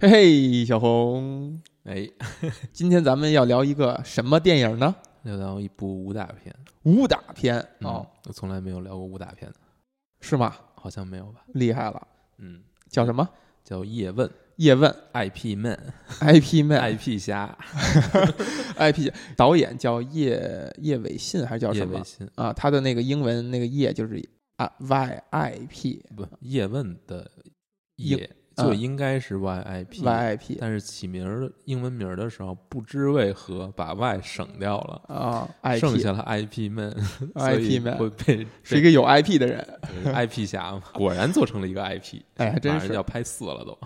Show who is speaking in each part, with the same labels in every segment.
Speaker 1: 嘿嘿，小红，
Speaker 2: 哎，
Speaker 1: 今天咱们要聊一个什么电影呢？
Speaker 2: 聊到一部武打片
Speaker 1: 武打片哦，，
Speaker 2: 嗯我从来没有聊过武打片的，
Speaker 1: 是吗？
Speaker 2: 好像没有吧？
Speaker 1: 厉害了，
Speaker 2: 嗯，
Speaker 1: 叫什么？
Speaker 2: 叫叶问
Speaker 1: 叶问
Speaker 2: IP man
Speaker 1: IP Man
Speaker 2: IP 侠
Speaker 1: IP 导演叫叶叶伟信还是 叫
Speaker 2: 叶
Speaker 1: 什
Speaker 2: 伟
Speaker 1: 么
Speaker 2: 新
Speaker 1: 啊？他的那个英文那个叶就是啊 Y I P
Speaker 2: 不叶问的
Speaker 1: 英
Speaker 2: 叶
Speaker 1: 啊
Speaker 2: 就应该是 YIP，、
Speaker 1: Y I P
Speaker 2: 但是起名儿英文名儿的时候不知为何把 Y 省掉了。
Speaker 1: 啊 I
Speaker 2: 剩
Speaker 1: P
Speaker 2: 下了 IP man，所 以
Speaker 1: IP Man
Speaker 2: 会被
Speaker 1: 是一个有 I P 的人，
Speaker 2: 被 IP 侠嘛？果然做成了一个 IP，
Speaker 1: 哎，还真
Speaker 2: 马上
Speaker 1: 是
Speaker 2: 要拍四了都。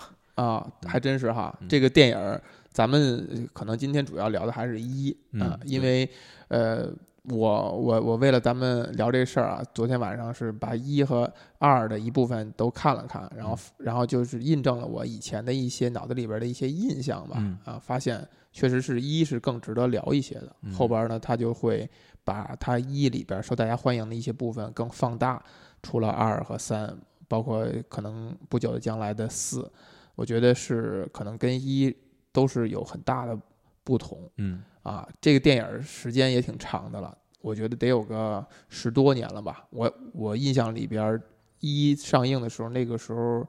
Speaker 1: 啊，还真是哈。
Speaker 2: 嗯
Speaker 1: 这个电影儿，咱们呃可能今天主要聊的还是一
Speaker 2: 嗯
Speaker 1: 啊，因
Speaker 2: 对
Speaker 1: 为呃，我我我为了咱们聊这事儿啊，昨天晚上是把一和二的一部分都看了看，然后
Speaker 2: 嗯
Speaker 1: 然后就是印证了我以前的一些脑子里边的一些印象吧
Speaker 2: 嗯，
Speaker 1: 啊，发现确实是一是更值得聊一些的，
Speaker 2: 嗯
Speaker 1: 后边呢他就会把他一里边受大家欢迎的一些部分更放大，除了二和三。包括可能不久的将来的四，我觉得是可能跟一都是有很大的不同
Speaker 2: 嗯
Speaker 1: 啊。这个电影儿时间也挺长的了，我觉得得有个十多年了吧。我我印象里边儿，一上映的时候，那个时候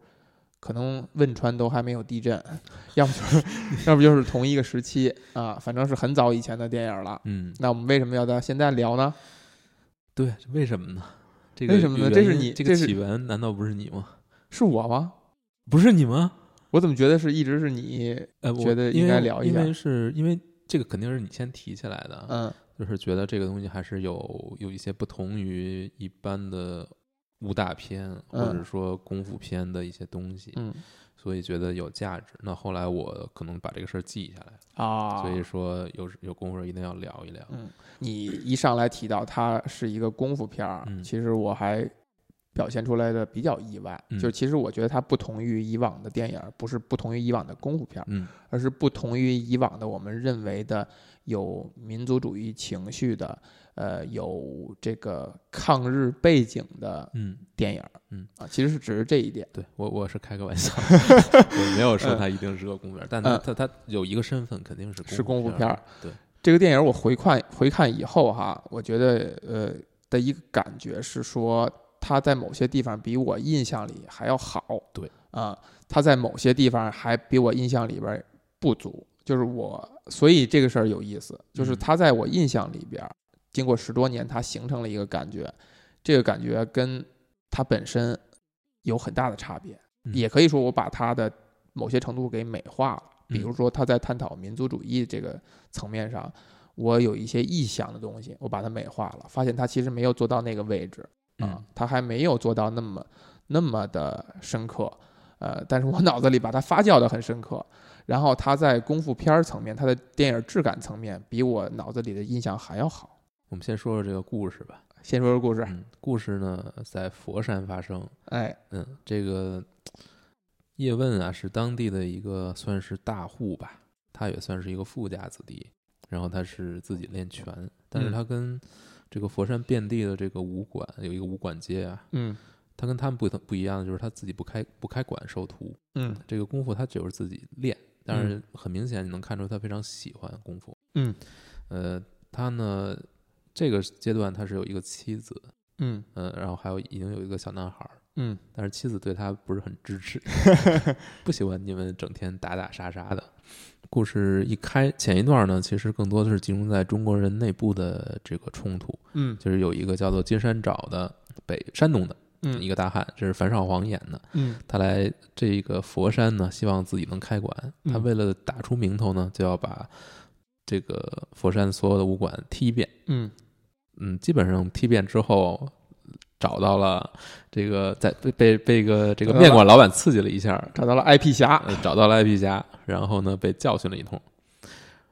Speaker 1: 可能汶川都还没有地震，要不就是要不就是同一个时期啊，反正是很早以前的电影儿了。
Speaker 2: 嗯，
Speaker 1: 那我们为什么要到现在聊呢？
Speaker 2: 对，为什么呢？这
Speaker 1: 为什么呢
Speaker 2: 原
Speaker 1: 这是
Speaker 2: 因
Speaker 1: 你
Speaker 2: 这
Speaker 1: 这
Speaker 2: 个
Speaker 1: 是
Speaker 2: 起源难道不是你吗？
Speaker 1: 是我吗？
Speaker 2: 不是你吗？
Speaker 1: 我怎么觉得是一直是你？
Speaker 2: 呃，我
Speaker 1: 觉得
Speaker 2: 因
Speaker 1: 应
Speaker 2: 为
Speaker 1: 该聊一下
Speaker 2: 因为是因为这个肯定是你先提起来的，
Speaker 1: 嗯
Speaker 2: 就是觉得这个东西还是有有一些不同于一般的武打片或者说功夫片的一些东西，
Speaker 1: 嗯
Speaker 2: 所以觉得有价值。那后来我可能把这个事儿记下来了，
Speaker 1: 啊
Speaker 2: 所以说有有功夫一定要聊一聊。
Speaker 1: 嗯，你一上来提到它是一个功夫片儿，
Speaker 2: 嗯
Speaker 1: 其实我还表现出来的比较意外，
Speaker 2: 嗯
Speaker 1: 就是其实我觉得它不同于以往的电影儿，不是不同于以往的功夫片儿，
Speaker 2: 嗯
Speaker 1: 而是不同于以往的我们认为的有民族主义情绪的，呃，有这个抗日背景的
Speaker 2: 嗯，
Speaker 1: 电影儿，
Speaker 2: 嗯
Speaker 1: 啊，其实是只是这一点，
Speaker 2: 对我我是开个 玩笑，我没有说
Speaker 1: 嗯
Speaker 2: 它一定是个功夫片儿，但它
Speaker 1: 嗯
Speaker 2: 它它有一个身份肯定是
Speaker 1: 是功夫
Speaker 2: 夫
Speaker 1: 片
Speaker 2: 儿
Speaker 1: 儿。
Speaker 2: 对，
Speaker 1: 这个电影我回看回看以后哈，我觉得呃的一个感觉是说，它在某些地方比我印象里还要好。
Speaker 2: 对
Speaker 1: 啊、它在某些地方还比我印象里边不足。就是我，所以这个事儿有意思，就是
Speaker 2: 嗯
Speaker 1: 它在我印象里边，经过十多年，它形成了一个感觉，这个感觉跟它本身有很大的差别。
Speaker 2: 嗯
Speaker 1: 也可以说，我把它的某些程度给美化了。比
Speaker 2: 嗯
Speaker 1: 如说，他在探讨民族主义这个层面上，我有一些臆想的东西，我把它美化了，发现他其实没有做到那个位置啊
Speaker 2: 嗯，
Speaker 1: 他还没有做到那么那么的深刻。呃，但是我脑子里把它发酵的很深刻，然后他在功夫片儿层面，他的电影质感层面比我脑子里的印象还要好。
Speaker 2: 我们先说说这个故事吧。
Speaker 1: 先说说故事，
Speaker 2: 嗯，故事呢在佛山发生。
Speaker 1: 哎，
Speaker 2: 嗯，这个叶问啊是当地的一个算是大户吧，他也算是一个富家子弟。然后他是自己练拳，但是
Speaker 1: 嗯
Speaker 2: 他跟这个佛山遍地的这个武馆有一个武馆街啊，
Speaker 1: 嗯
Speaker 2: 他跟他们不同不一样的就是他自己不开不开馆授徒，
Speaker 1: 嗯
Speaker 2: 这个功夫他就是自己练，但是很明显你能看出他非常喜欢功夫。
Speaker 1: 嗯
Speaker 2: 呃，他呢这个阶段他是有一个妻子，
Speaker 1: 嗯
Speaker 2: 嗯，然后还有已经有一个小男孩儿，
Speaker 1: 嗯
Speaker 2: 但是妻子对他不是很 支持，不喜欢你们整天打打杀杀的。故事一开前一段呢，其实更多的是集中在中国人内部的这个冲突，
Speaker 1: 嗯
Speaker 2: 就是有一个叫做金山找的北山东的
Speaker 1: 嗯
Speaker 2: 一个大汉，这是樊少皇演的，
Speaker 1: 嗯
Speaker 2: 他来这个佛山呢，希望自己能开馆。
Speaker 1: 嗯
Speaker 2: 他为了打出名头呢，就要把这个佛山所有的武馆踢遍。
Speaker 1: 嗯
Speaker 2: 嗯，基本上踢遍之后，找到了这个在被被被个这个面馆老板刺激了一下，
Speaker 1: 找到了 IP 侠，
Speaker 2: 呃找到了 IP 家，然后呢被教训了一通。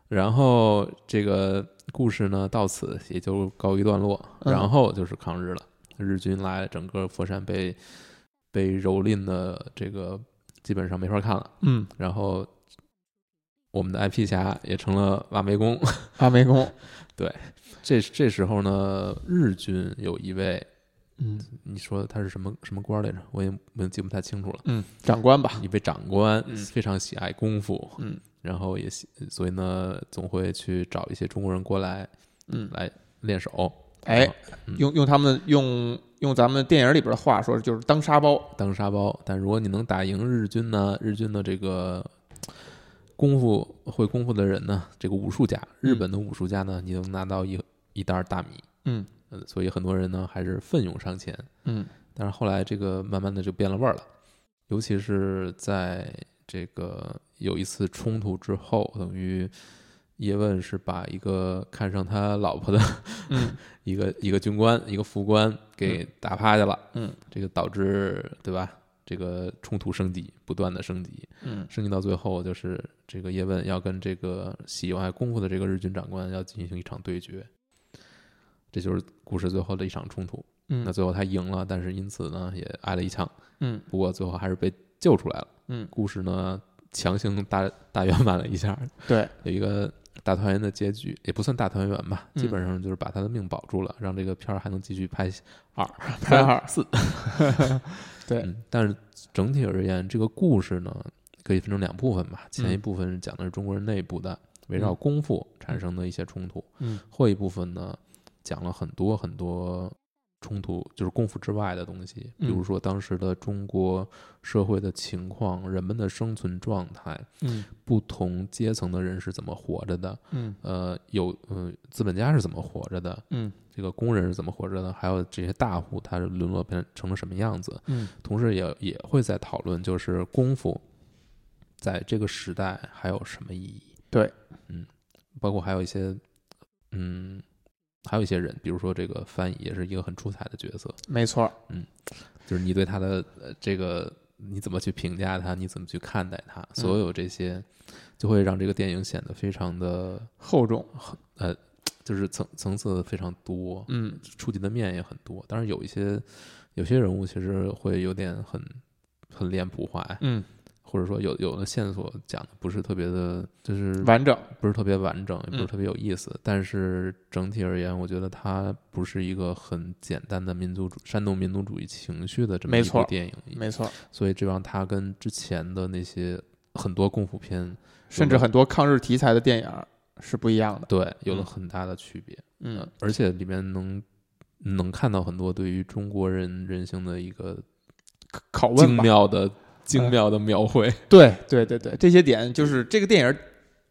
Speaker 2: 然后这个故事呢到此也就告一段落，
Speaker 1: 嗯
Speaker 2: 然后就是抗日了。日军来，整个佛山被被蹂躏的这个基本上没法看了。
Speaker 1: 嗯，
Speaker 2: 然后我们的 IP 侠也成了挖煤工。
Speaker 1: 阿梅公，
Speaker 2: 这这时候呢，日军有一位
Speaker 1: 嗯
Speaker 2: 你说他是什么什么官儿来着？我也我也记不太清楚了。
Speaker 1: 嗯，长官吧，
Speaker 2: 一位长官，
Speaker 1: 嗯
Speaker 2: 非常喜爱功夫，
Speaker 1: 嗯
Speaker 2: 然后也喜，所以呢，总会去找一些中国人过来
Speaker 1: 嗯，
Speaker 2: 来练手，
Speaker 1: 哎
Speaker 2: 然后，嗯
Speaker 1: 用用他们用用咱们电影里边的话说，就是当沙包，
Speaker 2: 当沙包。但如果你能打赢日军呢，日军的这个功夫会功夫的人呢，这个武术家，日本的武术家呢，你能拿到一一袋大米，
Speaker 1: 嗯
Speaker 2: 呃，所以很多人呢还是奋勇上前。
Speaker 1: 嗯
Speaker 2: 但是后来这个慢慢的就变了味儿了，尤其是在这个有一次冲突之后，等于叶问是把一个看上他老婆的
Speaker 1: 嗯
Speaker 2: 一个一个军官、一个副官给打趴下了，
Speaker 1: 嗯，
Speaker 2: 这个导致对吧？这个冲突升级，不断的升级，
Speaker 1: 嗯
Speaker 2: 升级到最后就是这个叶问要跟这个喜爱功夫的这个日军长官要进行一场对决，这就是故事最后的一场冲突。那
Speaker 1: 嗯
Speaker 2: 最后他赢了，但是因此呢也挨了一枪，
Speaker 1: 嗯
Speaker 2: 不过最后还是被救出来了。
Speaker 1: 嗯，
Speaker 2: 故事呢强行大大圆满了一下，
Speaker 1: 对，
Speaker 2: 有一个大团圆的结局，也不算大团圆吧，
Speaker 1: 嗯
Speaker 2: 基本上就是把他的命保住了，让这个片儿还能继续拍二、
Speaker 1: 拍二
Speaker 2: 三四。
Speaker 1: 对
Speaker 2: 嗯，但是整体而言，这个故事呢可以分成两部分吧，前一部分讲的是中国人内部的围绕
Speaker 1: 嗯
Speaker 2: 功夫产生的一些冲突，
Speaker 1: 嗯
Speaker 2: 后一部分呢，讲了很多很多冲突，就是功夫之外的东西，
Speaker 1: 嗯
Speaker 2: 比如说当时的中国社会的情况、人们的生存状态、
Speaker 1: 嗯
Speaker 2: 不同阶层的人是怎么活着的，
Speaker 1: 嗯
Speaker 2: 呃，有呃资本家是怎么活着的，
Speaker 1: 嗯
Speaker 2: 这个工人是怎么活着的，还有这些大户他是沦落变成了什么样子，
Speaker 1: 嗯
Speaker 2: 同时也也会在讨论就是功夫在这个时代还有什么意义。
Speaker 1: 对，
Speaker 2: 嗯，包括还有一些，嗯，还有一些人，比如说这个翻译也是一个很出彩的角色，
Speaker 1: 没错儿，
Speaker 2: 就是你对他的呃这个你怎么去评价他，你怎么去看待他，所有这些就会让这个电影显得非常的
Speaker 1: 厚重，
Speaker 2: 就是层层次非常多，
Speaker 1: 嗯
Speaker 2: 触及的面也很多。当然有一些有些人物其实会有点很很脸谱化，
Speaker 1: 嗯，
Speaker 2: 或者说有有的线索讲的不是特别的，就是
Speaker 1: 嗯完整，
Speaker 2: 不是特别完整，也不是
Speaker 1: 嗯
Speaker 2: 特别有意思。但是整体而言，我觉得它不是一个很简单的民族主煽动民族主义情绪的这么
Speaker 1: 没
Speaker 2: 一部
Speaker 1: 错
Speaker 2: 电影，
Speaker 1: 没错儿，
Speaker 2: 所以这让它跟之前的那些很多功夫片
Speaker 1: 甚至很多抗日题材的电影儿是不一样的，
Speaker 2: 对有了
Speaker 1: 嗯
Speaker 2: 很大的区别。
Speaker 1: 嗯，
Speaker 2: 而且里面能能看到很多对于中国人人性的一个
Speaker 1: 拷问
Speaker 2: 精
Speaker 1: 吧，嗯
Speaker 2: 妙的精妙的描绘。
Speaker 1: 对对对对，这些点就是这个电影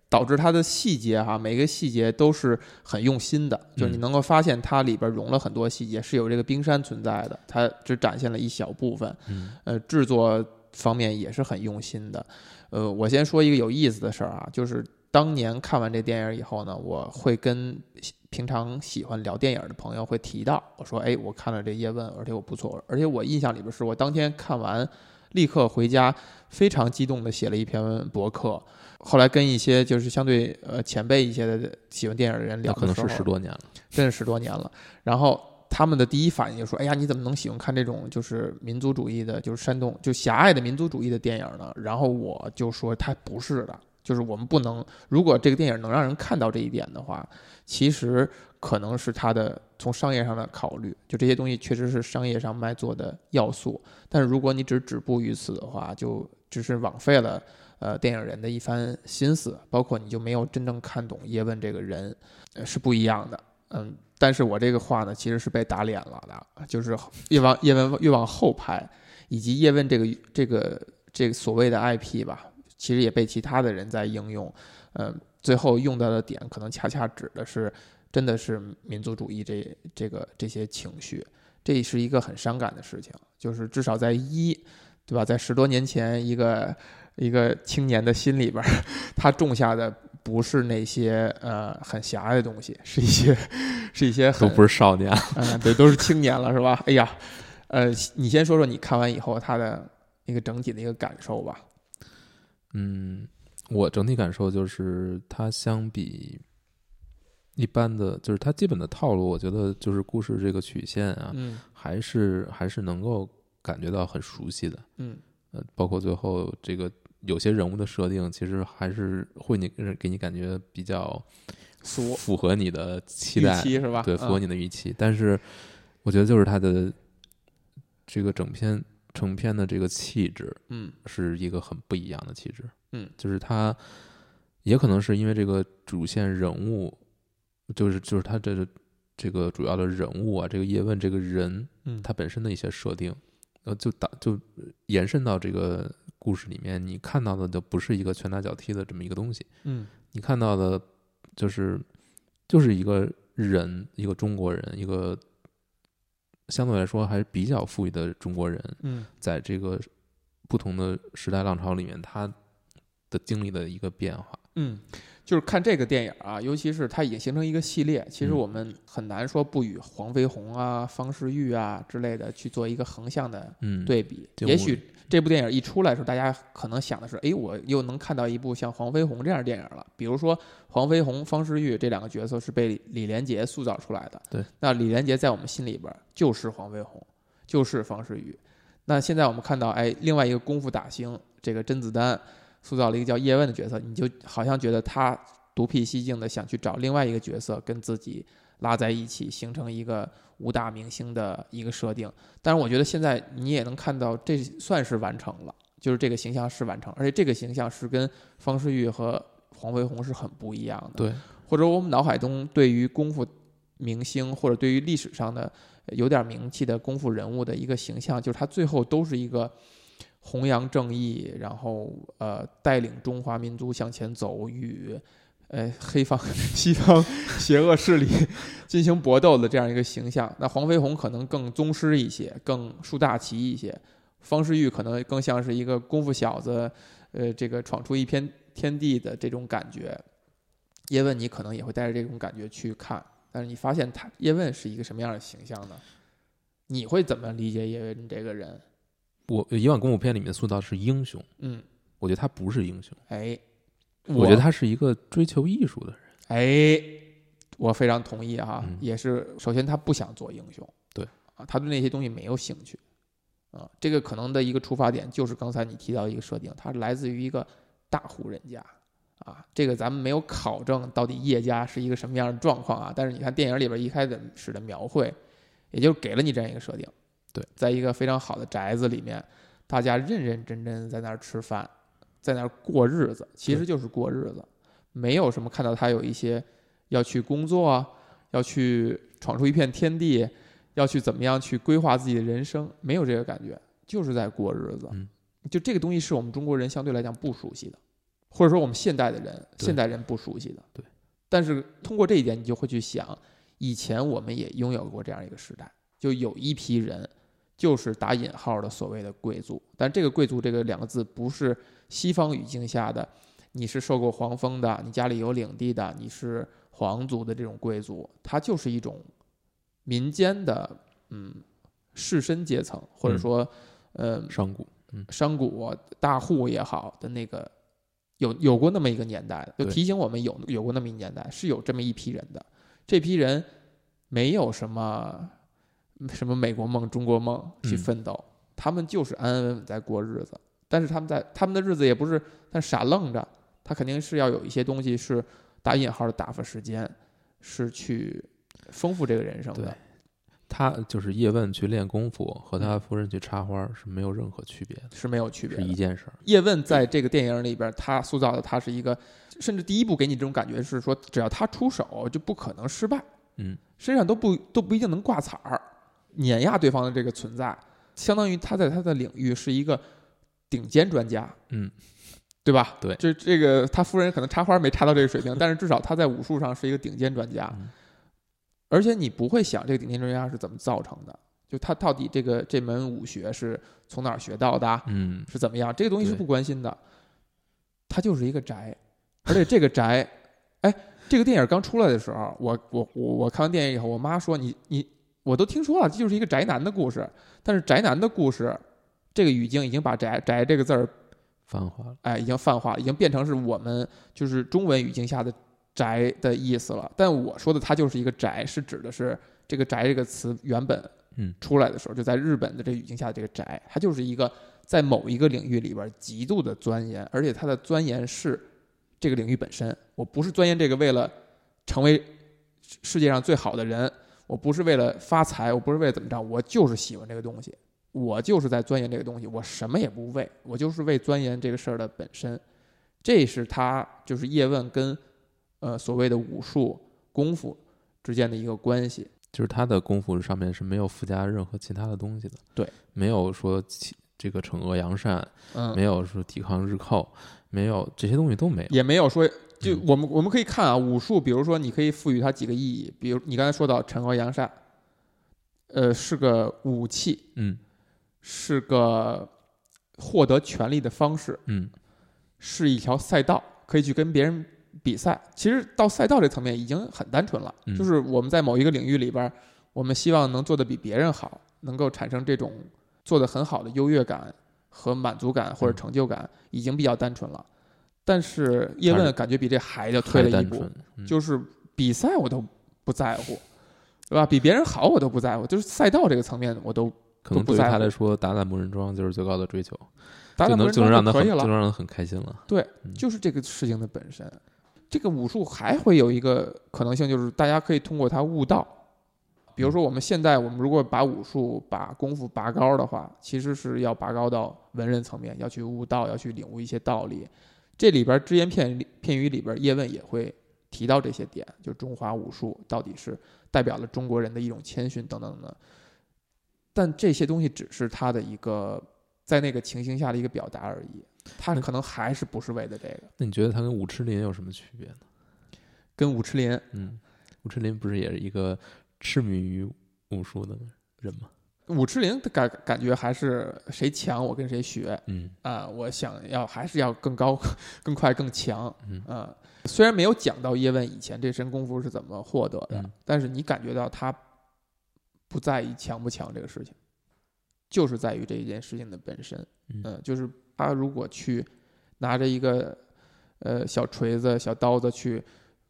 Speaker 1: 导致它的细节哈，每个细节都是很用心的，就是你能够发现它里边融了很多细节，是有这个冰山存在的，它只展现了一小部分。
Speaker 2: 嗯
Speaker 1: 呃，制作方面也是很用心的。呃，我先说一个有意思的事儿啊，就是当年看完这电影以后呢，我会跟喜平常喜欢聊电影的朋友会提到，我说，哎，我看了这叶问，而且我不错，而且我印象里边是我当天看完，立刻回家非常激动的写了一篇博客。后来跟一些就是相对呃前辈一些的喜欢电影的人聊的
Speaker 2: 那可能
Speaker 1: 时候
Speaker 2: 是十多年了，
Speaker 1: 认识十多年了。然后他们的第一反应就说：“哎呀，你怎么能喜欢看这种就是民族主义的，就是煽动就狭隘的民族主义的电影呢？”然后我就说：“它不是的，就是我们不能，如果这个电影能让人看到这一点的话，其实可能是它的从商业上的考虑，就这些东西确实是商业上卖座的要素。但是如果你只止步于此的话，就只是枉费了。”呃，电影人的一番心思，包括你就没有真正看懂叶问这个人，呃是不一样的。嗯，但是我这个话呢，其实是被打脸了的，就是越往叶问越往后拍，以及叶问这个这个这个所谓的 IP 吧，其实也被其他的人在应用，嗯，最后用到的点可能恰恰指的是真的是民族主义这这个这些情绪，这是一个很伤感的事情，就是至少在一，对吧，在十多年前一个一个青年的心里边儿，他种下的。不是那些呃很狭隘的东西，是一些是一些
Speaker 2: 都
Speaker 1: 很
Speaker 2: 不是少年了。
Speaker 1: 嗯，对，都是青年了，是吧？哎呀，呃，你先说说你看完以后他的一个整体的一个感受吧。
Speaker 2: 嗯，我整体感受就是，它相比一般的，就是它基本的套路，我觉得就是故事这个曲线啊，
Speaker 1: 嗯
Speaker 2: 还是还是能够感觉到很熟悉的。
Speaker 1: 嗯
Speaker 2: 呃，包括最后这个有些人物的设定，其实还是会你呃给你感觉比较
Speaker 1: 俗
Speaker 2: 符合你的期
Speaker 1: 预
Speaker 2: 待，
Speaker 1: 期是吧？啊嗯
Speaker 2: 对，符合
Speaker 1: 你
Speaker 2: 你的预期。但是我觉得就是它的这个整篇成片的这个气质
Speaker 1: 嗯
Speaker 2: 是一个很不一样的气质。
Speaker 1: 嗯，
Speaker 2: 就是它也可能是因为这个主线人物，就是就是他这个这个主要的人物啊，这个叶问这个人
Speaker 1: 嗯
Speaker 2: 他本身的一些设定，呃，就打就延伸到这个故事里面，你看到的就不是一个拳打脚踢的这么一个东西。
Speaker 1: 嗯
Speaker 2: 你看到的，就是就是一个人，一个中国人，一个相对来说还比较富裕的中国人，
Speaker 1: 嗯
Speaker 2: 在这个不同的时代浪潮里面，他的经历的一个变化。
Speaker 1: 嗯，就是看这个电影啊，尤其是它已经形成一个系列，其实
Speaker 2: 嗯
Speaker 1: 我们很难说不与黄飞鸿啊、方世玉啊之类的去做一个横向的
Speaker 2: 嗯，，
Speaker 1: 对比。
Speaker 2: 就
Speaker 1: 也
Speaker 2: 我
Speaker 1: 许这部电影一出来的时候，大家可能想的是，哎，我又能看到一部像黄飞鸿这样的电影了。比如说，黄飞鸿、方世玉这两个角色是被李李连杰塑造出来的。
Speaker 2: 对，
Speaker 1: 那李连杰在我们心里边就是黄飞鸿，就是方世玉。那现在我们看到，哎，另外一个功夫打星，这个甄子丹塑造了一个叫叶问的角色，你就好像觉得他独辟蹊径的想去找另外一个角色跟自己拉在一起，形成一个武打明星的一个设定。但是我觉得现在你也能看到，这算是完成了，就是这个形象是完成，而且这个形象是跟方世玉和黄飞鸿是很不一样的。
Speaker 2: 对，
Speaker 1: 或者我们脑海中对于功夫明星或者对于历史上的呃有点名气的功夫人物的一个形象，就是他最后都是一个弘扬正义，然后呃带领中华民族向前走，与呃黑方 西方邪恶势力进行搏斗的这样一个形象。那黄飞鸿可能更宗师一些，更树大旗一些。方世玉可能更像是一个功夫小子，呃，这个闯出一片天地的这种感觉。叶问你可能也会带着这种感觉去看，但是你发现他叶问是一个什么样的形象呢？你会怎么理解叶问这个人？
Speaker 2: 我以往功夫片里面塑造是英雄，
Speaker 1: 嗯，
Speaker 2: 我觉得他不是英雄，
Speaker 1: 哎，
Speaker 2: 我觉得他是一个追求艺术的人。
Speaker 1: 哎，我非常同意啊，
Speaker 2: 嗯
Speaker 1: 也是首先他不想做英雄，
Speaker 2: 对
Speaker 1: 啊，他对那些东西没有兴趣啊，这个可能的一个出发点就是刚才你提到一个设定，他来自于一个大户人家啊，这个咱们没有考证到底叶家是一个什么样的状况啊，但是你看电影里边一开始的描绘，也就是给了你这样一个设定，
Speaker 2: 对，
Speaker 1: 在一个非常好的宅子里面，大家认认真真在那儿吃饭，在那儿过日子，其实就是过日子。没有什么看到他有一些要去工作啊，要去闯出一片天地，要去怎么样去规划自己的人生，没有这个感觉，就是在过日子。
Speaker 2: 嗯
Speaker 1: 就这个东西是我们中国人相对来讲不熟悉的，或者说我们现代的人，
Speaker 2: 对
Speaker 1: 现代人不熟悉的。
Speaker 2: 对。
Speaker 1: 但是通过这一点，你就会去想，以前我们也拥有过这样一个时代，就有一批人。就是打引号的所谓的贵族，但这个贵族这个两个字不是西方语境下的你是受过皇封的，你家里有领地的，你是皇族的这种贵族，它就是一种民间的嗯士绅阶层，或者说嗯
Speaker 2: 上古，
Speaker 1: 商贾大户也好的那个有有过那么一个年代的，就
Speaker 2: 对
Speaker 1: 提醒我们有有过那么一年代是有这么一批人的，这批人没有什么什么美国梦、中国梦去
Speaker 2: 嗯
Speaker 1: 奋斗，他们就是安安稳稳在过日子，但是他们在他们的日子也不是但傻愣着，他肯定是要有一些东西是打引号的打发时间，是去丰富这个人生的
Speaker 2: 对，他就是叶问去练功夫和他夫人去插花是没有任何区别的，
Speaker 1: 是没有区别
Speaker 2: 是
Speaker 1: 的
Speaker 2: 一。件事儿。
Speaker 1: 叶问在这个电影里边，他塑造的他是一个，甚至第一部给你这种感觉是说，只要他出手就不可能失败，
Speaker 2: 嗯，
Speaker 1: 身上都不都不一定能挂彩儿，碾压对方的这个存在，相当于他在他的领域是一个顶尖专家，
Speaker 2: 嗯，
Speaker 1: 对吧？
Speaker 2: 对
Speaker 1: 这这个他夫人可能插花没插到这个水平，但是至少他在武术上是一个顶尖专家，
Speaker 2: 嗯
Speaker 1: 而且你不会想这个顶尖专家是怎么造成的，就他到底这个这门武学是从哪儿学到的啊、
Speaker 2: 嗯，
Speaker 1: 是怎么样，这个东西是
Speaker 2: 对
Speaker 1: 不关心的。它就是一个宅，而且这个宅，哎，这个电影刚出来的时候，我我我我看完电影以后，我妈说你你我都听说了，这就是一个宅男的故事。但是宅男的故事，这个语境已经把宅宅这个字儿，
Speaker 2: 泛化了。
Speaker 1: 哎，已经泛化，已经变成是我们就是中文语境下的宅的意思了。但我说的它就是一个宅，是指的是这个宅这个词原本
Speaker 2: 嗯，
Speaker 1: 出来的时候，就在日本的这语境下，这个宅，它就是一个在某一个领域里边极度的钻研，而且它的钻研是这个领域本身。我不是钻研这个为了成为世世界上最好的人，我不是为了发财，我不是为了怎么着，我就是喜欢这个东西，我就是在钻研这个东西，我什么也不为，我就是为钻研这个事儿的本身。这是他就是叶问跟呃所谓的武术功夫之间的一个关系。
Speaker 2: 就是他的功夫上面是没有附加任何其他的东西的，
Speaker 1: 对，
Speaker 2: 没有说其这个惩恶扬善，
Speaker 1: 嗯，
Speaker 2: 没有说抵抗日寇，没有这些东西都没有。
Speaker 1: 也没有说，就
Speaker 2: 嗯
Speaker 1: 我们我们可以看啊，武术，比如说你可以赋予它几个意义，比如你刚才说到惩恶扬善，呃，是个武器，
Speaker 2: 嗯
Speaker 1: 是个获得权利的方式，
Speaker 2: 嗯，
Speaker 1: 是一条赛道，可以去跟别人比赛。其实到赛道这层面已经很单纯了，
Speaker 2: 嗯
Speaker 1: 就是我们在某一个领域里边儿，我们希望能做得比别人好，能够产生这种做得很好的优越感和满足感或者成就感，已经比较单纯了。但是叶
Speaker 2: 嗯还
Speaker 1: 问
Speaker 2: 是
Speaker 1: 感觉比这还要退
Speaker 2: 太
Speaker 1: 了一
Speaker 2: 单
Speaker 1: 步
Speaker 2: 纯，，嗯
Speaker 1: 就是比赛我都不在乎，对吧？比别人好我都不在乎，就是赛道这个层面我都
Speaker 2: 可能
Speaker 1: 都不
Speaker 2: 对于
Speaker 1: 在
Speaker 2: 他
Speaker 1: 乎
Speaker 2: 来说，打打木人桩就是最高的追求，
Speaker 1: 打
Speaker 2: 就
Speaker 1: 打
Speaker 2: 能
Speaker 1: 不
Speaker 2: 就能让他
Speaker 1: 可
Speaker 2: 很
Speaker 1: 以
Speaker 2: 就
Speaker 1: 了
Speaker 2: 能。让他很开心了。
Speaker 1: 对
Speaker 2: 嗯，
Speaker 1: 就是这个事情的本身。这个武术还会有一个可能性，就是大家可以通过它悟道。比如说，我们现在我们如果把武术、把功夫拔高的话，其实是要拔高到文人层面，要去悟道，要去领悟一些道理。这里边只言片语片语里边，叶问也会提到这些点，就中华武术到底是代表了中国人的一种谦逊等等等等。但这些东西只是他的一个在那个情形下的一个表达而已，他可能还是不是为了这个。
Speaker 2: 那你觉得他跟武痴林有什么区别呢？
Speaker 1: 跟武痴林，
Speaker 2: 嗯，武痴林不是也是一个痴迷于武术的人吗？
Speaker 1: 武痴林的感感觉还是谁强我跟谁学
Speaker 2: 嗯
Speaker 1: 啊、我想要还是要更高、 更快、更强
Speaker 2: 嗯
Speaker 1: 啊、虽然没有讲到叶问以前这身功夫是怎么获得的，
Speaker 2: 嗯
Speaker 1: 但是你感觉到他不在意强不强这个事情，就是在于这一件事情的本身。
Speaker 2: 嗯
Speaker 1: 嗯、就是他如果去拿着一个呃小锤子、小刀子去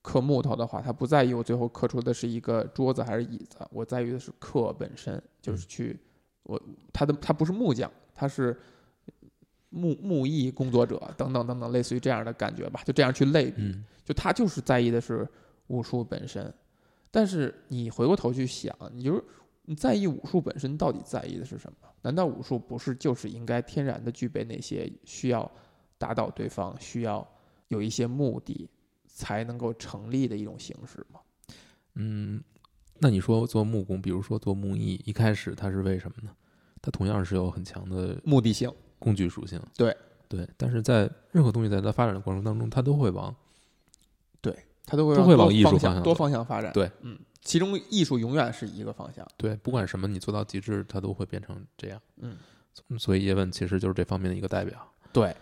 Speaker 1: 刻木头的话，他不在意我最后刻出的是一个桌子还是椅子，我在意的是刻本身，就是去我他的他不是木匠，他是木木艺工作者等等等等，类似于这样的感觉吧，就这样去类比。
Speaker 2: 嗯
Speaker 1: 就他就是在意的是武术本身。但是你回过头去想，你就是你在意武术本身到底在意的是什么？难道武术不是就是应该天然的具备那些需要打倒对方、需要有一些目的才能够成立的一种形式吗？
Speaker 2: 嗯，那你说做木工，比如说做木艺，一开始他是为什么呢？他同样是有很强的
Speaker 1: 目的性，
Speaker 2: 工具属性，
Speaker 1: 对
Speaker 2: 对，但是在任何东西在它发展的过程当中，它都会往
Speaker 1: 它都会
Speaker 2: 都
Speaker 1: 让
Speaker 2: 会
Speaker 1: 多
Speaker 2: 往艺术
Speaker 1: 方
Speaker 2: 方向
Speaker 1: 向多
Speaker 2: 走
Speaker 1: 方向发展。
Speaker 2: 对，嗯
Speaker 1: 嗯，其中艺术永远是一个方向。
Speaker 2: 对，不管什么你做到极致，它都会变成这样。
Speaker 1: 嗯，
Speaker 2: 所以叶问其实就是这方面的一个代表。
Speaker 1: 对，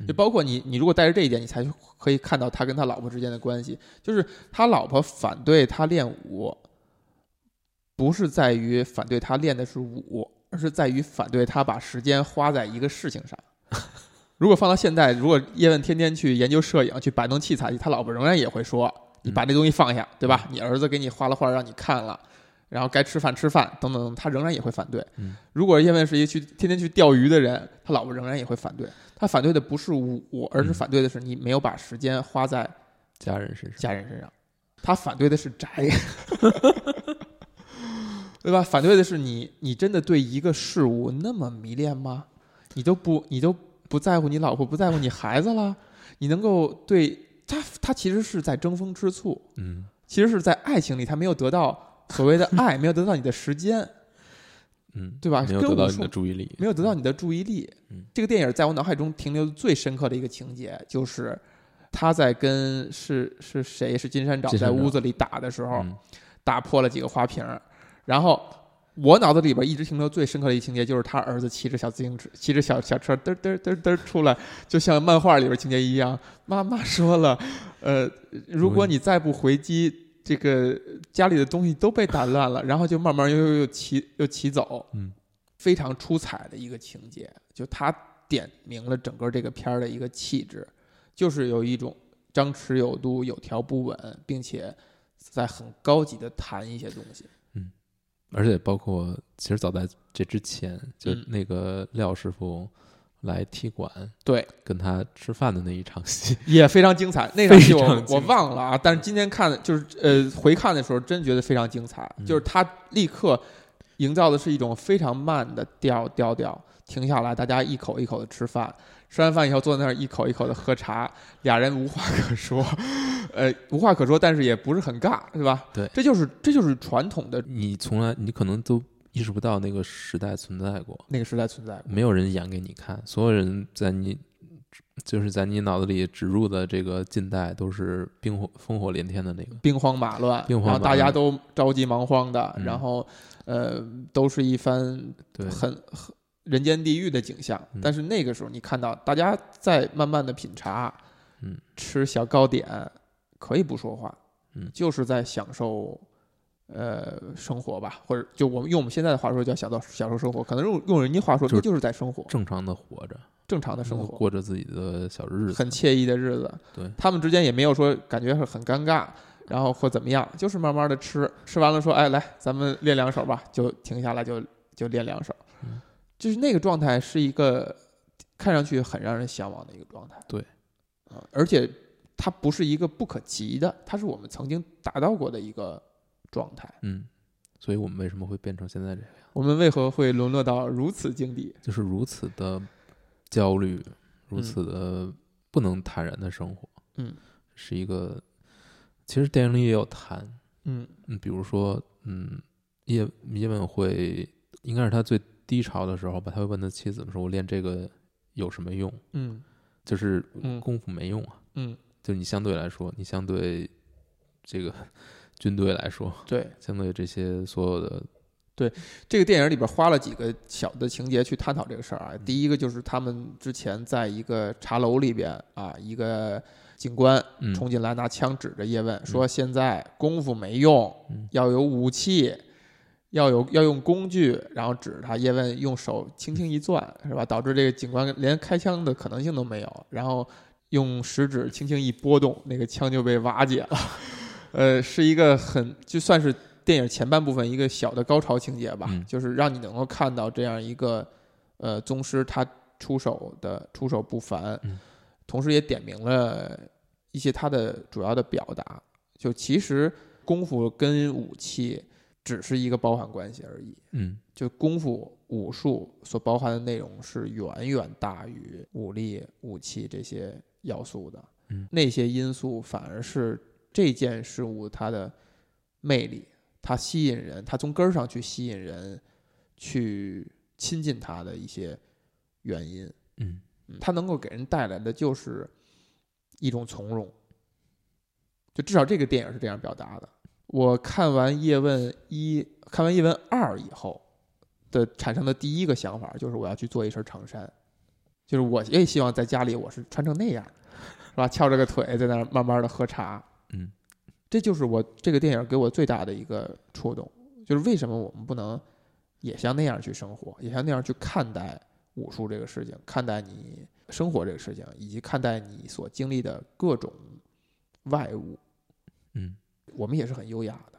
Speaker 2: 嗯
Speaker 1: 就包括你，你如果带着这一点，你才可以看到他跟他老婆之间的关系。就是他老婆反对他练武，不是在于反对他练的是武，而是在于反对他把时间花在一个事情上。 如果放到现在，如果叶问天天去研究摄影，去摆弄器材，他老婆仍然也会说：“
Speaker 2: 嗯
Speaker 1: 你把那东西放下，对吧？你儿子给你画了画，让你看了。”然后该吃饭吃饭等等等，他仍然也会反对。
Speaker 2: 嗯
Speaker 1: 如果叶问是一个去天天去钓鱼的人，他老婆仍然也会反对。他反对的不是我，而是
Speaker 2: 嗯
Speaker 1: 反对的是你没有把时间花在
Speaker 2: 家人身上，
Speaker 1: 家人身上。他反对的是宅， 对吧？反对的是你，你真的对一个事物那么迷恋吗？你都不，你都不在乎你老婆，不在乎你孩子了？你能够对他，他其实是在争风吃醋，
Speaker 2: 嗯，
Speaker 1: 其实是在爱情里他没有得到所谓的爱，没有得到你的时间，
Speaker 2: 嗯，
Speaker 1: 对吧
Speaker 2: 没有
Speaker 1: 啊跟
Speaker 2: 得到
Speaker 1: 武
Speaker 2: 你的
Speaker 1: 术
Speaker 2: 注意力，
Speaker 1: 没有得到你的注意力。
Speaker 2: 嗯
Speaker 1: 这个电影在我脑海中停留最深刻的一个情节，就是他在跟是是谁是金山找
Speaker 2: 金山
Speaker 1: 在
Speaker 2: 找
Speaker 1: 屋子里打的时候，
Speaker 2: 嗯
Speaker 1: 打破了几个花瓶儿，然后。我脑子里边一直停留最深刻的一个情节，就是他儿子骑着小自行车，骑着小小车，嘚儿嘚儿嘚儿嘚儿出来，就像漫画里边情节一样。妈妈说了，呃，如果你再不回击，这个家里的东西都被打烂了，然后就慢慢又又又骑又骑走，
Speaker 2: 嗯，
Speaker 1: 非常出彩的一个情节，就他点明了整个这个片儿的一个气质，就是有一种张弛有度、有条不紊，并且在很高级的谈一些东西。
Speaker 2: 而且包括其实早在这之前，就
Speaker 1: 嗯
Speaker 2: 那个廖师傅来踢馆，
Speaker 1: 对，
Speaker 2: 跟他吃饭的那一场戏，
Speaker 1: 也非常精彩。那场戏
Speaker 2: 非常
Speaker 1: 我
Speaker 2: 精彩
Speaker 1: 我忘了啊，但是今天看的就是呃回看的时候，真觉得非常精彩。
Speaker 2: 嗯
Speaker 1: 就是他立刻营造的是一种非常慢的调调调。停下来，大家一口一口的吃饭，吃完饭以后坐在那儿一口一口的喝茶，俩人无话可说， 呃，无话可说，但是也不是很尬，是吧？
Speaker 2: 对
Speaker 1: 这就是这就是传统的
Speaker 2: 你从来你可能都意识不到那个时代存在过，
Speaker 1: 那个时代存在。
Speaker 2: 没有人演给你看，所有人在你就是在你脑子里植入的这个近代都是冰火烽火连天的那个，
Speaker 1: 兵荒马乱，
Speaker 2: 兵荒
Speaker 1: 然后大
Speaker 2: 马乱
Speaker 1: 家都着急忙慌的，
Speaker 2: 嗯
Speaker 1: 然后，呃，都是一番
Speaker 2: 对，
Speaker 1: 很很人间地狱的景象
Speaker 2: 嗯。
Speaker 1: 但是那个时候，你看到大家在慢慢的品茶，
Speaker 2: 嗯，
Speaker 1: 吃小糕点，可以不说话，
Speaker 2: 嗯
Speaker 1: 就是在享受。呃，生活吧，或者就我们用我们现在的话说叫享受享受生活，可能用用人家话说，
Speaker 2: 就是嗯
Speaker 1: 那就是在生活，
Speaker 2: 正常的活着，
Speaker 1: 正常的生活，
Speaker 2: 过着自己的小日子，
Speaker 1: 很惬意的日子。
Speaker 2: 对
Speaker 1: 他们之间也没有说感觉很尴尬，然后或怎么样，就是慢慢的吃，吃完了说，哎，来，咱们练两手吧，就停下来就就练两手
Speaker 2: 嗯，
Speaker 1: 就是那个状态是一个看上去很让人向往的一个状态。
Speaker 2: 对
Speaker 1: 啊，而且它不是一个不可及的，它是我们曾经达到过的一个状态。
Speaker 2: 嗯，所以我们为什么会变成现在这样，
Speaker 1: 我们为何会沦落到如此境地？
Speaker 2: 就是如此的焦虑，如此的不能坦然的生活，
Speaker 1: 嗯，
Speaker 2: 是一个，其实电影里也有谈，
Speaker 1: 嗯
Speaker 2: 嗯，比如说，嗯，叶叶问会应该是他最低潮的时候吧，他会问他妻子说：“我练这个有什么用？
Speaker 1: 嗯
Speaker 2: 就是
Speaker 1: 嗯
Speaker 2: 功夫没用啊，
Speaker 1: 嗯，
Speaker 2: 就你相对来说，你相对这个 军队来说，
Speaker 1: 对，
Speaker 2: 相对这些所有的，
Speaker 1: 这个电影里边花了几个小的情节去探讨这个事儿啊。
Speaker 2: 嗯
Speaker 1: 第一个就是他们之前在一个茶楼里边啊，一个警官
Speaker 2: 嗯，
Speaker 1: 冲进来拿枪指着叶问说：“现在功夫没用
Speaker 2: 嗯，
Speaker 1: 要有武器，要有要用工具。”然后指着他，叶问用手轻轻一攥，是吧？导致这个警官连开枪的可能性都没有。然后用食指轻轻一拨动，那个枪就被瓦解了。 呃，是一个很就算是电影前半部分一个小的高潮情节吧，
Speaker 2: 嗯
Speaker 1: 就是让你能够看到这样一个呃宗师他出手的出手不凡，
Speaker 2: 嗯
Speaker 1: 同时也点明了一些他的主要的表达。就其实功夫跟武器只是一个包含关系而已，
Speaker 2: 嗯
Speaker 1: 就功夫武术所包含的内容是远远大于武力、武器这些要素的。
Speaker 2: 嗯
Speaker 1: 那些因素反而是这件事物它的魅力，它吸引人，它从根儿上去吸引人，去亲近它的一些原因。
Speaker 2: 嗯，
Speaker 1: 嗯它能够给人带来的就是一种从容。就至少这个电影是这样表达的。我看完《叶问一》，看完《叶问二》以后的产生的第一个想法就是我要去做一身长衫，就是我也希望在家里我是穿成那样，是吧？翘着个腿在那儿慢慢的喝茶，
Speaker 2: 嗯，
Speaker 1: 这就是我这个电影给我最大的一个触动，就是为什么我们不能也像那样去生活，也像那样去看待武术这个事情，看待你生活这个事情，以及看待你所经历的各种外物。
Speaker 2: 嗯，
Speaker 1: 我们也是很优雅的。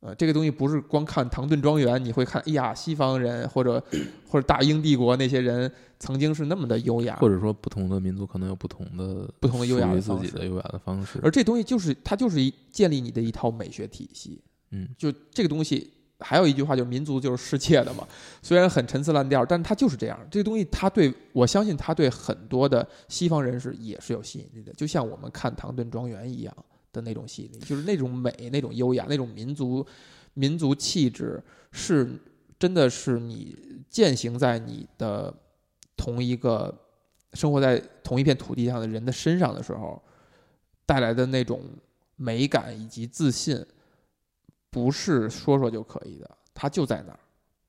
Speaker 1: 呃，这个东西不是光看《唐顿庄园》，你会看，哎呀，西方人或者或者大英帝国那些人曾经是那么的优雅，
Speaker 2: 或者说不同的民族可能有不同的
Speaker 1: 啊不同的优雅
Speaker 2: 属于
Speaker 1: 的
Speaker 2: 自
Speaker 1: 方
Speaker 2: 己
Speaker 1: 式
Speaker 2: 的优雅的方式，
Speaker 1: 而这东西就是它就是一建立你的一套美学体系。
Speaker 2: 嗯
Speaker 1: 就这个东西，还有一句话就是民族就是世界的嘛，虽然很陈词滥调，但它就是这样。这个东西，它对我相信，它对很多的西方人士也是有吸引力的，就像我们看《唐顿庄园》一样的那种吸引力，就是那种美、那种优雅、那种民族民族气质，是真的是你践行在你的同一个生活在同一片土地上的人的身上的时候，带来的那种美感以及自信。不是说说就可以的，它就在那儿。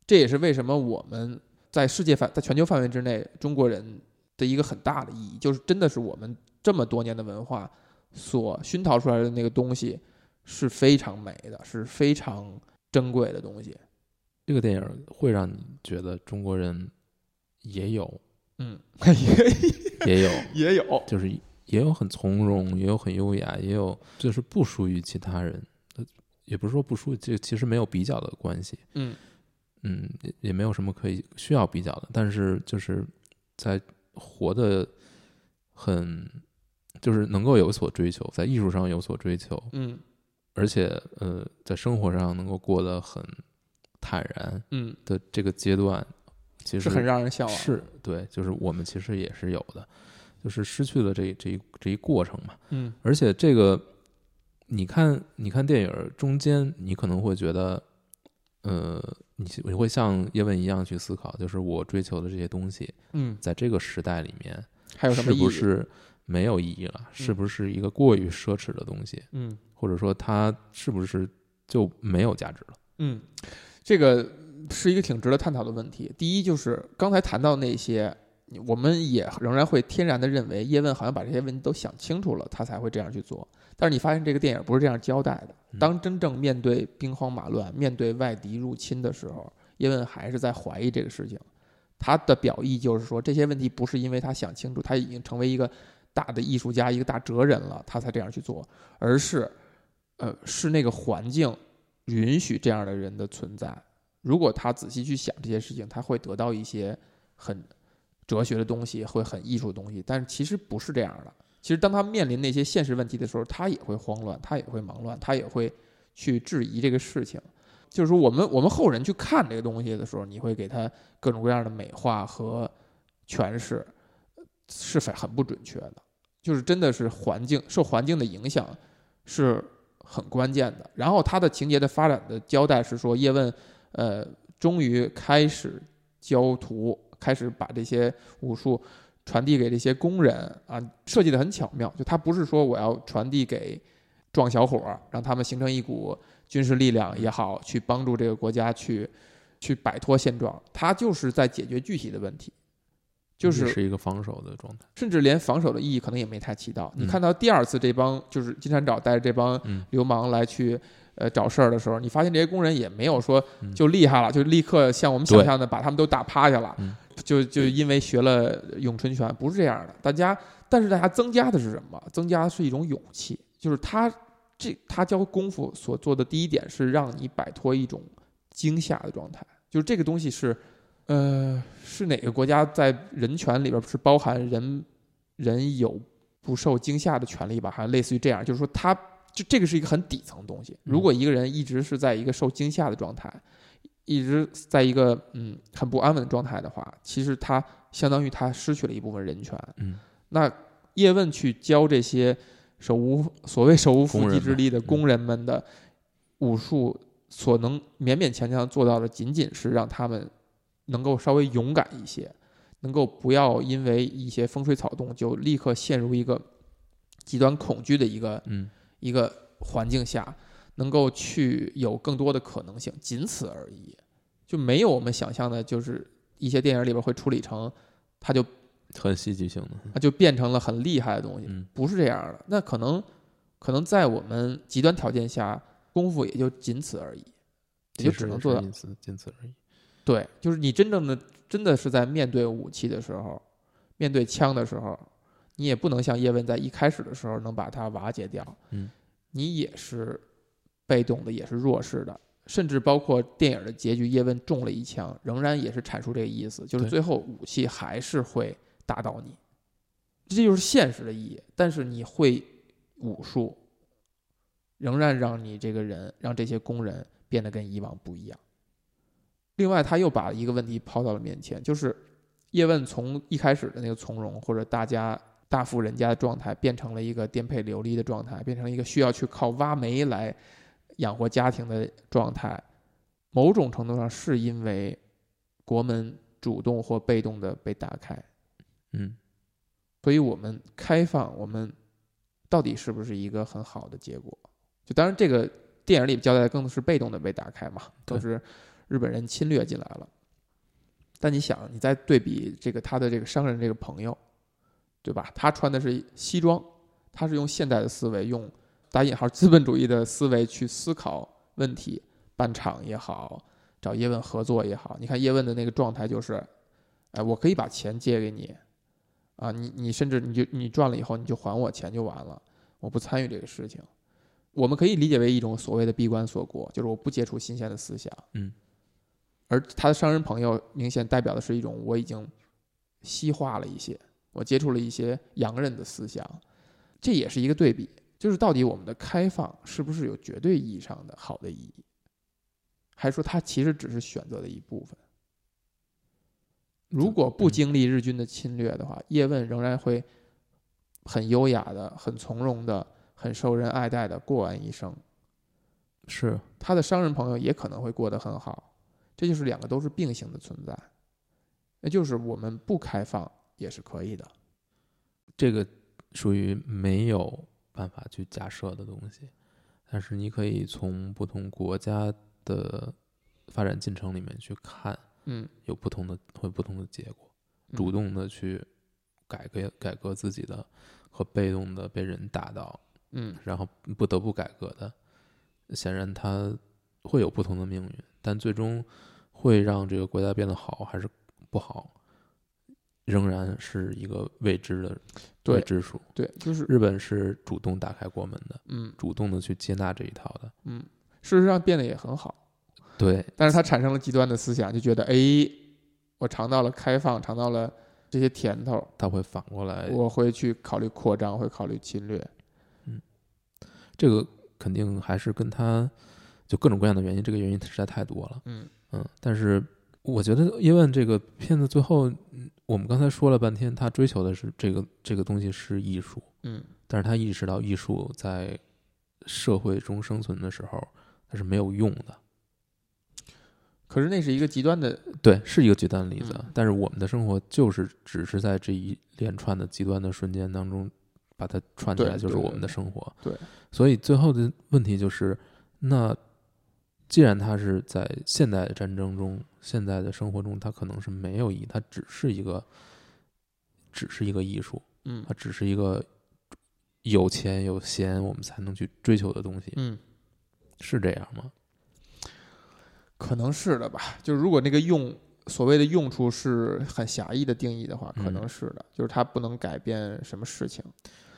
Speaker 1: 这也是为什么我们在世界范在全球范围之内，中国人的一个很大的意义，就是真的是我们这么多年的文化所熏陶出来的那个东西是非常美的，是非常珍贵的东西。
Speaker 2: 这个电影会让你觉得中国人也有
Speaker 1: 嗯，也
Speaker 2: 也 有。
Speaker 1: 也有，
Speaker 2: 就是也有很从容，也有很优雅，也有就是不输于其他人，呃也不是说不输，这其实没有比较的关系，
Speaker 1: 嗯
Speaker 2: 嗯，也也没有什么可以需要比较的，但是就是在活的很，就是能够有所追求，在艺术上有所追求，
Speaker 1: 嗯
Speaker 2: 而且呃，在生活上能够过得很坦然
Speaker 1: 嗯，
Speaker 2: 的这个阶段，其实
Speaker 1: 是很啊让人向往。
Speaker 2: 是对，就是我们其实也是有的，就是失去了这这一这一过程嘛。
Speaker 1: 嗯
Speaker 2: 而且这个，你看，你看电影儿中间，你可能会觉得，呃，你你会像叶问一样去思考，就是我追求的这些东西，
Speaker 1: 嗯，
Speaker 2: 在这个时代里面，
Speaker 1: 还有什么
Speaker 2: 是
Speaker 1: 意义？
Speaker 2: 不是没有意义了？是不是一个过于奢侈的东西，
Speaker 1: 嗯
Speaker 2: 或者说它是不是就没有价值了？
Speaker 1: 嗯，这个是一个挺值得探讨的问题。第一就是刚才谈到那些，我们也仍然会天然的认为叶问好像把这些问题都想清楚了，他才会这样去做。但是你发现这个电影不是这样交代的。
Speaker 2: 嗯
Speaker 1: 当真正面对兵荒马乱、面对外敌入侵的时候，叶问还是在怀疑这个事情。他的表意就是说，这些问题不是因为他想清楚，他已经成为一个大的艺术家、一个大哲人了，他才这样去做，而是，呃，是那个环境允许这样的人的存在。如果他仔细去想这些事情，他会得到一些很哲学的东西，会很艺术的东西。但是其实不是这样的。其实当他面临那些现实问题的时候，他也会慌乱，他也会忙乱，他也会去质疑这个事情。就是说，我们我们后人去看这个东西的时候，你会给他各种各样的美化和诠释，是很很不准确的。就是真的是环境受环境的影响是很关键的。然后他的情节的发展的交代是说，叶问呃终于开始教徒，开始把这些武术传递给这些工人啊，设计的很巧妙。就他不是说我要传递给壮小伙儿，让他们形成一股军事力量也好，去帮助这个国家去去摆脱现状，他就是在解决具体的问题。就
Speaker 2: 这
Speaker 1: 是
Speaker 2: 是一个防守的状态。
Speaker 1: 甚至连防守的意义可能也没太起到。
Speaker 2: 嗯
Speaker 1: 你看到第二次这帮就是金三角带着这帮
Speaker 2: 嗯
Speaker 1: 流氓来去呃找事儿的时候，你发现这些工人也没有说
Speaker 2: 嗯
Speaker 1: 就厉害了，就立刻像我们
Speaker 2: 对
Speaker 1: 想象的把他们都打趴下了
Speaker 2: 嗯，
Speaker 1: 就就因为学了咏春拳，不是这样的。大家，但是大家增加的是什么？增加的是一种勇气，就是他这他教功夫所做的第一点是让你摆脱一种惊吓的状态，就是这个东西是。呃，是哪个国家在人权里边是包含人人有不受惊吓的权利吧？好像类似于这样，就是说他就这个是一个很底层的东西。如果一个人一直是在一个受惊吓的状态，一直在一个嗯很不安稳的状态的话，其实他相当于他失去了一部分人权。
Speaker 2: 嗯，
Speaker 1: 那叶问去教这些手无所谓手无缚
Speaker 2: 工
Speaker 1: 鸡
Speaker 2: 人
Speaker 1: 之
Speaker 2: 们
Speaker 1: 力的
Speaker 2: 嗯
Speaker 1: 工人们的武术所能勉勉强强做到的，仅仅是让他们能够稍微勇敢一些，能够不要因为一些风吹草动就立刻陷入一个极端恐惧的一个
Speaker 2: 嗯，
Speaker 1: 一个环境下，能够去有更多的可能性，仅此而已，就没有我们想象的，就是一些电影里边会处理成，它就
Speaker 2: 嗯很戏剧性的。
Speaker 1: 它就变成了很厉害的东西，
Speaker 2: 嗯
Speaker 1: 不是这样的。那可能可能在我们极端条件下，功夫也就仅此而已，也就
Speaker 2: 其
Speaker 1: 只
Speaker 2: 实
Speaker 1: 能做到
Speaker 2: 仅此仅此而已。
Speaker 1: 对，就是你真正的真的是在面对武器的时候，面对枪的时候，你也不能像叶问在一开始的时候能把它瓦解掉，
Speaker 2: 嗯，
Speaker 1: 你也是被动的，也是弱势的，甚至包括电影的结局，叶问中了一枪，仍然也是阐述这个意思，就是
Speaker 2: 对
Speaker 1: 最后武器还是会打倒你，这就是现实的意义。但是你会武术，仍然让你这个人，让这些工人变得跟以往不一样。另外，他又把一个问题抛到了面前，就是叶问从一开始的那个从容或者大家大富人家的状态，变成了一个颠沛流离的状态，变成了一个需要去靠挖煤来养活家庭的状态。某种程度上，是因为国门主动或被动的被打开，
Speaker 2: 嗯，
Speaker 1: 所以我们开放，我们到底是不是一个很好的结果？就当然，这个电影里交代的更是被动的被打开嘛，
Speaker 2: 对
Speaker 1: 都是日本人侵略进来了。但你想，你再对比这个他的这个商人这个朋友，对吧？他穿的是西装，他是用现代的思维，用打引号资本主义的思维去思考问题，办厂也好，找叶问合作也好。你看叶问的那个状态就是，哎，我可以把钱借给你，啊，你你甚至你就你赚了以后你就还我钱就完了，我不参与这个事情。我们可以理解为一种所谓的闭关锁国，就是我不接触新鲜的思想。
Speaker 2: 嗯，
Speaker 1: 而他的商人朋友明显代表的是一种我已经西化了一些，我接触了一些洋人的思想，这也是一个对比，就是到底我们的开放是不是有绝对意义上的好的意义，还说他其实只是选择的一部分。如果不
Speaker 2: 嗯
Speaker 1: 经历日军的侵略的话，叶问仍然会很优雅的、很从容的、很受人爱戴的过完一生。
Speaker 2: 是
Speaker 1: 他的商人朋友也可能会过得很好，这就是两个都是并行的存在。那就是我们不开放也是可以的。
Speaker 2: 这个属于没有办法去假设的东西，但是你可以从不同国家的发展进程里面去看，
Speaker 1: 嗯，
Speaker 2: 有不同的会不同的结果，
Speaker 1: 嗯
Speaker 2: 主动的去改革改革自己的和被动的被人打倒，
Speaker 1: 嗯
Speaker 2: 然后不得不改革的，显然它会有不同的命运，但最终会让这个国家变得好还是不好，仍然是一个未知的
Speaker 1: 对
Speaker 2: 未知数。
Speaker 1: 对，就是
Speaker 2: 日本是主动打开国门的，
Speaker 1: 嗯
Speaker 2: 主动的去接纳这一套的。
Speaker 1: 嗯，事实上变得也很好。
Speaker 2: 对，
Speaker 1: 但是他产生了极端的思想，就觉得哎，我尝到了开放，尝到了这些甜头，
Speaker 2: 他会反过来，
Speaker 1: 我会去考虑扩张，会考虑侵略。
Speaker 2: 这个肯定还是跟他就各种各样的原因，这个原因实在太多了。
Speaker 1: 嗯
Speaker 2: 嗯，但是我觉得叶问这个片子最后，嗯我们刚才说了半天，他追求的是这个这个东西是艺术，
Speaker 1: 嗯
Speaker 2: 但是他意识到艺术在社会中生存的时候，它是没有用的。
Speaker 1: 可是那是一个极端的，
Speaker 2: 对，是一个极端的例子啊，
Speaker 1: 嗯
Speaker 2: 但是我们的生活就是只是在这一连串的极端的瞬间当中把它串起
Speaker 1: 对
Speaker 2: 来，就是
Speaker 1: 对
Speaker 2: 我
Speaker 1: 对
Speaker 2: 们的生活。
Speaker 1: 对
Speaker 2: 所以最后的问题就是，那既然它是在现代战争中、现代的生活中，它可能是没有意义，它只是一个，只是一个艺术，
Speaker 1: 嗯
Speaker 2: 它只是一个有钱有闲我们才能去追求的东西，
Speaker 1: 嗯，
Speaker 2: 是这样吗？
Speaker 1: 可能是的吧。就是如果那个用所谓的用处是很狭义的定义的话，
Speaker 2: 嗯
Speaker 1: 可能是的，就是它不能改变什么事情，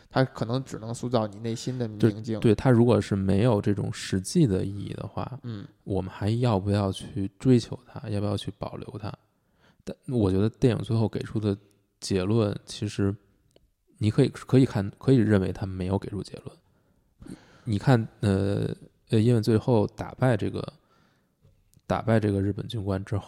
Speaker 1: 它可能只能塑造你内心的宁静。
Speaker 2: 对，它如果是没有这种实际的意义的话，
Speaker 1: 嗯
Speaker 2: 我们还要不要去追求它，要不要去保留它？但我觉得电影最后给出的结论，其实你可以可以看，可以认为他没有给出结论。你看，呃呃，因为最后打败这个打败这个日本军官之后，